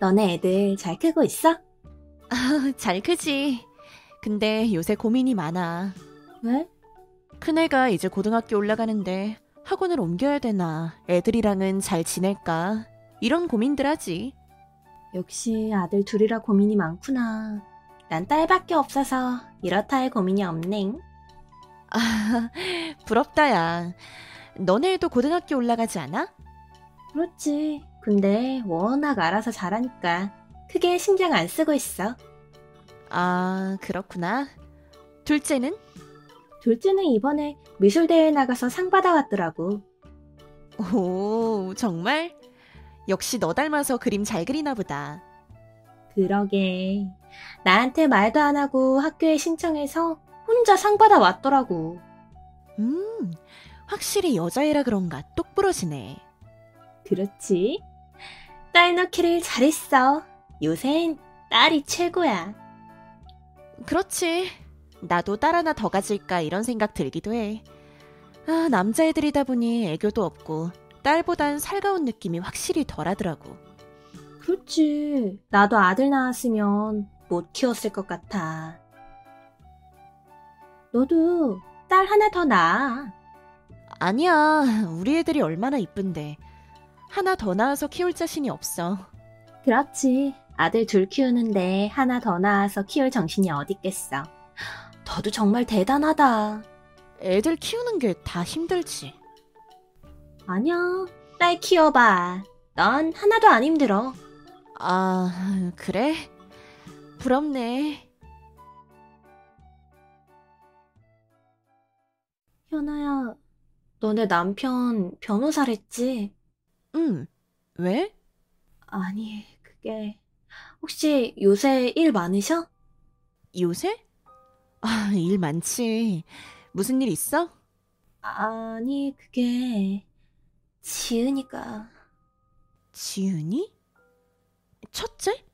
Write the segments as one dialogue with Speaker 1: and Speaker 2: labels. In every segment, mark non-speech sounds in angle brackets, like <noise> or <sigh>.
Speaker 1: 너네 애들 잘 크고 있어?
Speaker 2: 아, 잘 크지. 근데 요새 고민이 많아.
Speaker 1: 왜?
Speaker 2: 큰애가 이제 고등학교 올라가는데 학원을 옮겨야 되나, 애들이랑은 잘 지낼까, 이런 고민들 하지.
Speaker 1: 역시 아들 둘이라 고민이 많구나. 난 딸밖에 없어서 이렇다 할 고민이 없넹.
Speaker 2: 아, <laughs> 부럽다, 야. 너네도 고등학교 올라가지 않아?
Speaker 1: 그렇지. 근데 워낙 알아서 잘하니까 크게 신경 안 쓰고 있어.
Speaker 2: 아, 그렇구나. 둘째는?
Speaker 1: 둘째는 이번에 미술대회 나가서 상 받아왔더라고.
Speaker 2: 오, 정말? 역시 너 닮아서 그림 잘 그리나 보다.
Speaker 1: 그러게. 나한테 말도 안 하고 학교에 신청해서 혼자 상 받아왔더라고.
Speaker 2: 음, 확실히 여자애라 그런가 똑부러지네.
Speaker 1: 그렇지. 딸 넣기를 잘했어. 요샌 딸이 최고야.
Speaker 2: 그렇지. 나도 딸 하나 더 가질까 이런 생각 들기도 해. 아, 남자애들이다 보니 애교도 없고 딸보단 살가운 느낌이 확실히 덜하더라고.
Speaker 1: 그렇지. 나도 아들 낳았으면 못 키웠을 것 같아. 너도 딸 하나 더 낳아.
Speaker 2: 아니야, 우리 애들이 얼마나 이쁜데. 하나 더 낳아서 키울 자신이 없어.
Speaker 1: 그렇지. 아들 둘 키우는데 하나 더 낳아서 키울 정신이 어딨겠어. 너도 정말 대단하다.
Speaker 2: 애들 키우는 게 다 힘들지.
Speaker 1: 아니야. 딸 키워봐. 넌 하나도 안 힘들어.
Speaker 2: 아, 그래? 부럽네.
Speaker 1: 현아야, 너네 남편 변호사랬지?
Speaker 2: 응. 왜?
Speaker 1: 아니, 그게. 혹시 요새 일 많으셔?
Speaker 2: 요새? 아, 일 많지. 무슨 일 있어?
Speaker 1: 아니, 그게. 지은이가.
Speaker 2: 지은이? 첫째?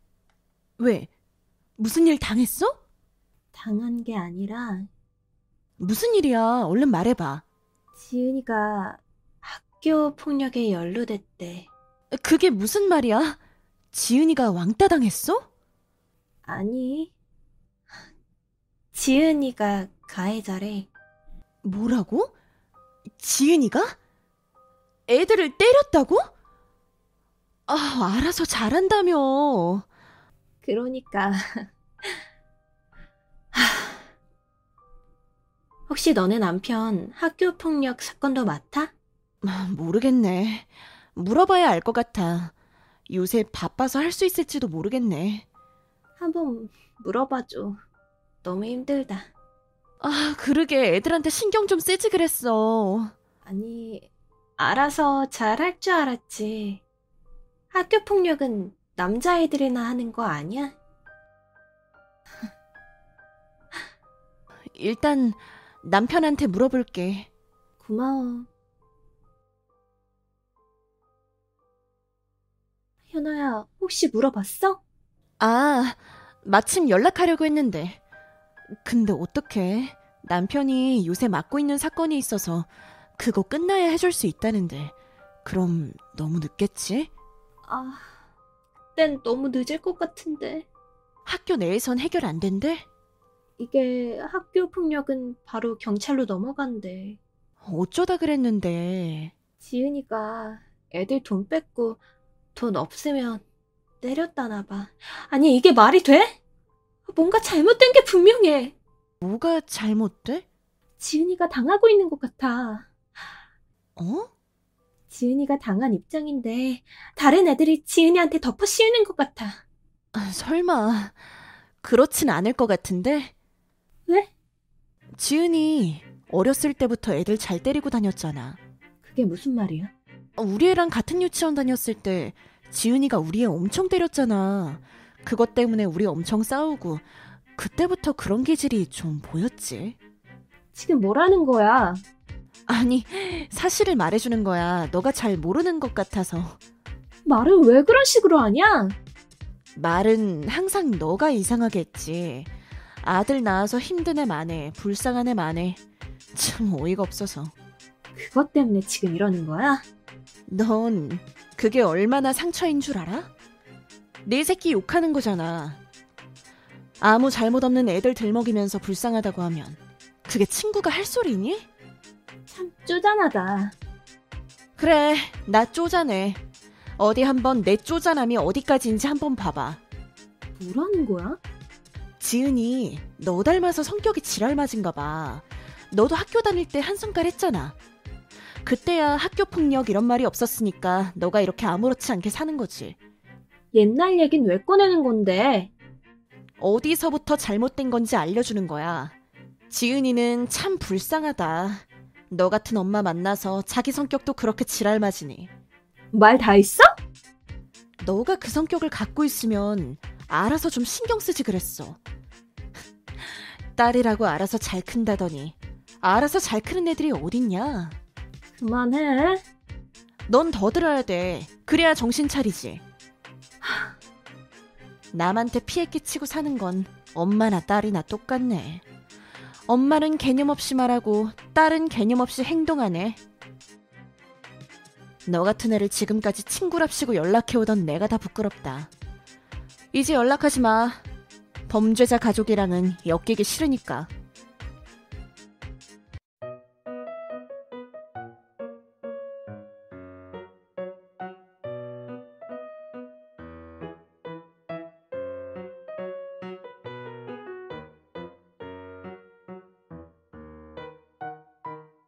Speaker 2: 왜? 무슨 일 당했어?
Speaker 1: 당한 게 아니라,
Speaker 2: 무슨 일이야? 얼른 말해봐.
Speaker 1: 지은이가 학교 폭력에 연루됐대.
Speaker 2: 그게 무슨 말이야? 지은이가 왕따 당했어?
Speaker 1: 아니, 지은이가 가해자래.
Speaker 2: 뭐라고? 지은이가? 애들을 때렸다고? 아, 알아서 잘한다며.
Speaker 1: 그러니까. <laughs> 하. 혹시 너네 남편 학교 폭력 사건도 맡아?
Speaker 2: 아, 모르겠네. 물어봐야 알 것 같아. 요새 바빠서 할 수 있을지도 모르겠네.
Speaker 1: 한번 물어봐줘. 너무 힘들다.
Speaker 2: 아, 그러게 애들한테 신경 좀 쓰지 그랬어.
Speaker 1: 아니, 알아서 잘 할 줄 알았지. 학교 폭력은 남자애들이나 하는 거 아니야?
Speaker 2: 일단 남편한테 물어볼게.
Speaker 1: 고마워. 현아야, 혹시 물어봤어?
Speaker 2: 아, 마침 연락하려고 했는데. 근데 어떡해. 남편이 요새 맡고 있는 사건이 있어서 그거 끝나야 해줄 수 있다는데. 그럼 너무 늦겠지?
Speaker 1: 아, 그땐 너무 늦을 것 같은데.
Speaker 2: 학교 내에선 해결 안 된대?
Speaker 1: 이게 학교 폭력은 바로 경찰로 넘어간대.
Speaker 2: 어쩌다 그랬는데.
Speaker 1: 지은이가 애들 돈 뺏고 돈 없으면 때렸다나 봐. 아니, 이게 말이 돼? 뭔가 잘못된 게 분명해.
Speaker 2: 뭐가 잘못돼?
Speaker 1: 지은이가 당하고 있는 것 같아.
Speaker 2: 어?
Speaker 1: 지은이가 당한 입장인데 다른 애들이 지은이한테 덮어 씌우는 것 같아.
Speaker 2: 아, 설마 그렇진 않을 것 같은데?
Speaker 1: 왜?
Speaker 2: 지은이 어렸을 때부터 애들 잘 때리고 다녔잖아.
Speaker 1: 그게 무슨 말이야?
Speaker 2: 우리 애랑 같은 유치원 다녔을 때 지은이가 우리 애 엄청 때렸잖아. 그것 때문에 우리 엄청 싸우고 그때부터 그런 기질이 좀 보였지.
Speaker 1: 지금 뭐라는 거야?
Speaker 2: 아니 사실을 말해주는 거야. 너가 잘 모르는 것 같아서
Speaker 1: 말을 왜 그런 식으로 하냐?
Speaker 2: 말은 항상 너가 이상하겠지. 아들 낳아서 힘든 애 만에 불쌍한 애 만에 참 어이가 없어서.
Speaker 1: 그것 때문에 지금 이러는 거야?
Speaker 2: 넌 그게 얼마나 상처인 줄 알아? 내네 새끼 욕하는 거잖아. 아무 잘못 없는 애들 들먹이면서 불쌍하다고 하면 그게 친구가 할 소리니?
Speaker 1: 참 쪼잔하다.
Speaker 2: 그래, 나 쪼잔해. 어디 한번 내 쪼잔함이 어디까지인지 한번 봐봐.
Speaker 1: 뭐라는 거야?
Speaker 2: 지은이 너 닮아서 성격이 지랄맞은가 봐. 너도 학교 다닐 때 한성깔 했잖아. 그때야 학교 폭력 이런 말이 없었으니까 너가 이렇게 아무렇지 않게 사는 거지.
Speaker 1: 옛날 얘긴 왜 꺼내는 건데?
Speaker 2: 어디서부터 잘못된 건지 알려주는 거야. 지은이는 참 불쌍하다. 너 같은 엄마 만나서 자기 성격도 그렇게 지랄맞으니.
Speaker 1: 말 다 있어?
Speaker 2: 너가 그 성격을 갖고 있으면 알아서 좀 신경 쓰지 그랬어. 딸이라고 알아서 잘 큰다더니 알아서 잘 크는 애들이 어딨냐?
Speaker 1: 그만해.
Speaker 2: 넌 더 들어야 돼. 그래야 정신 차리지. 남한테 피해 끼치고 사는 건 엄마나 딸이나 똑같네. 엄마는 개념 없이 말하고 딸은 개념 없이 행동하네. 너 같은 애를 지금까지 친구랍시고 연락해오던 내가 다 부끄럽다. 이제 연락하지 마. 범죄자 가족이랑은 엮이기 싫으니까.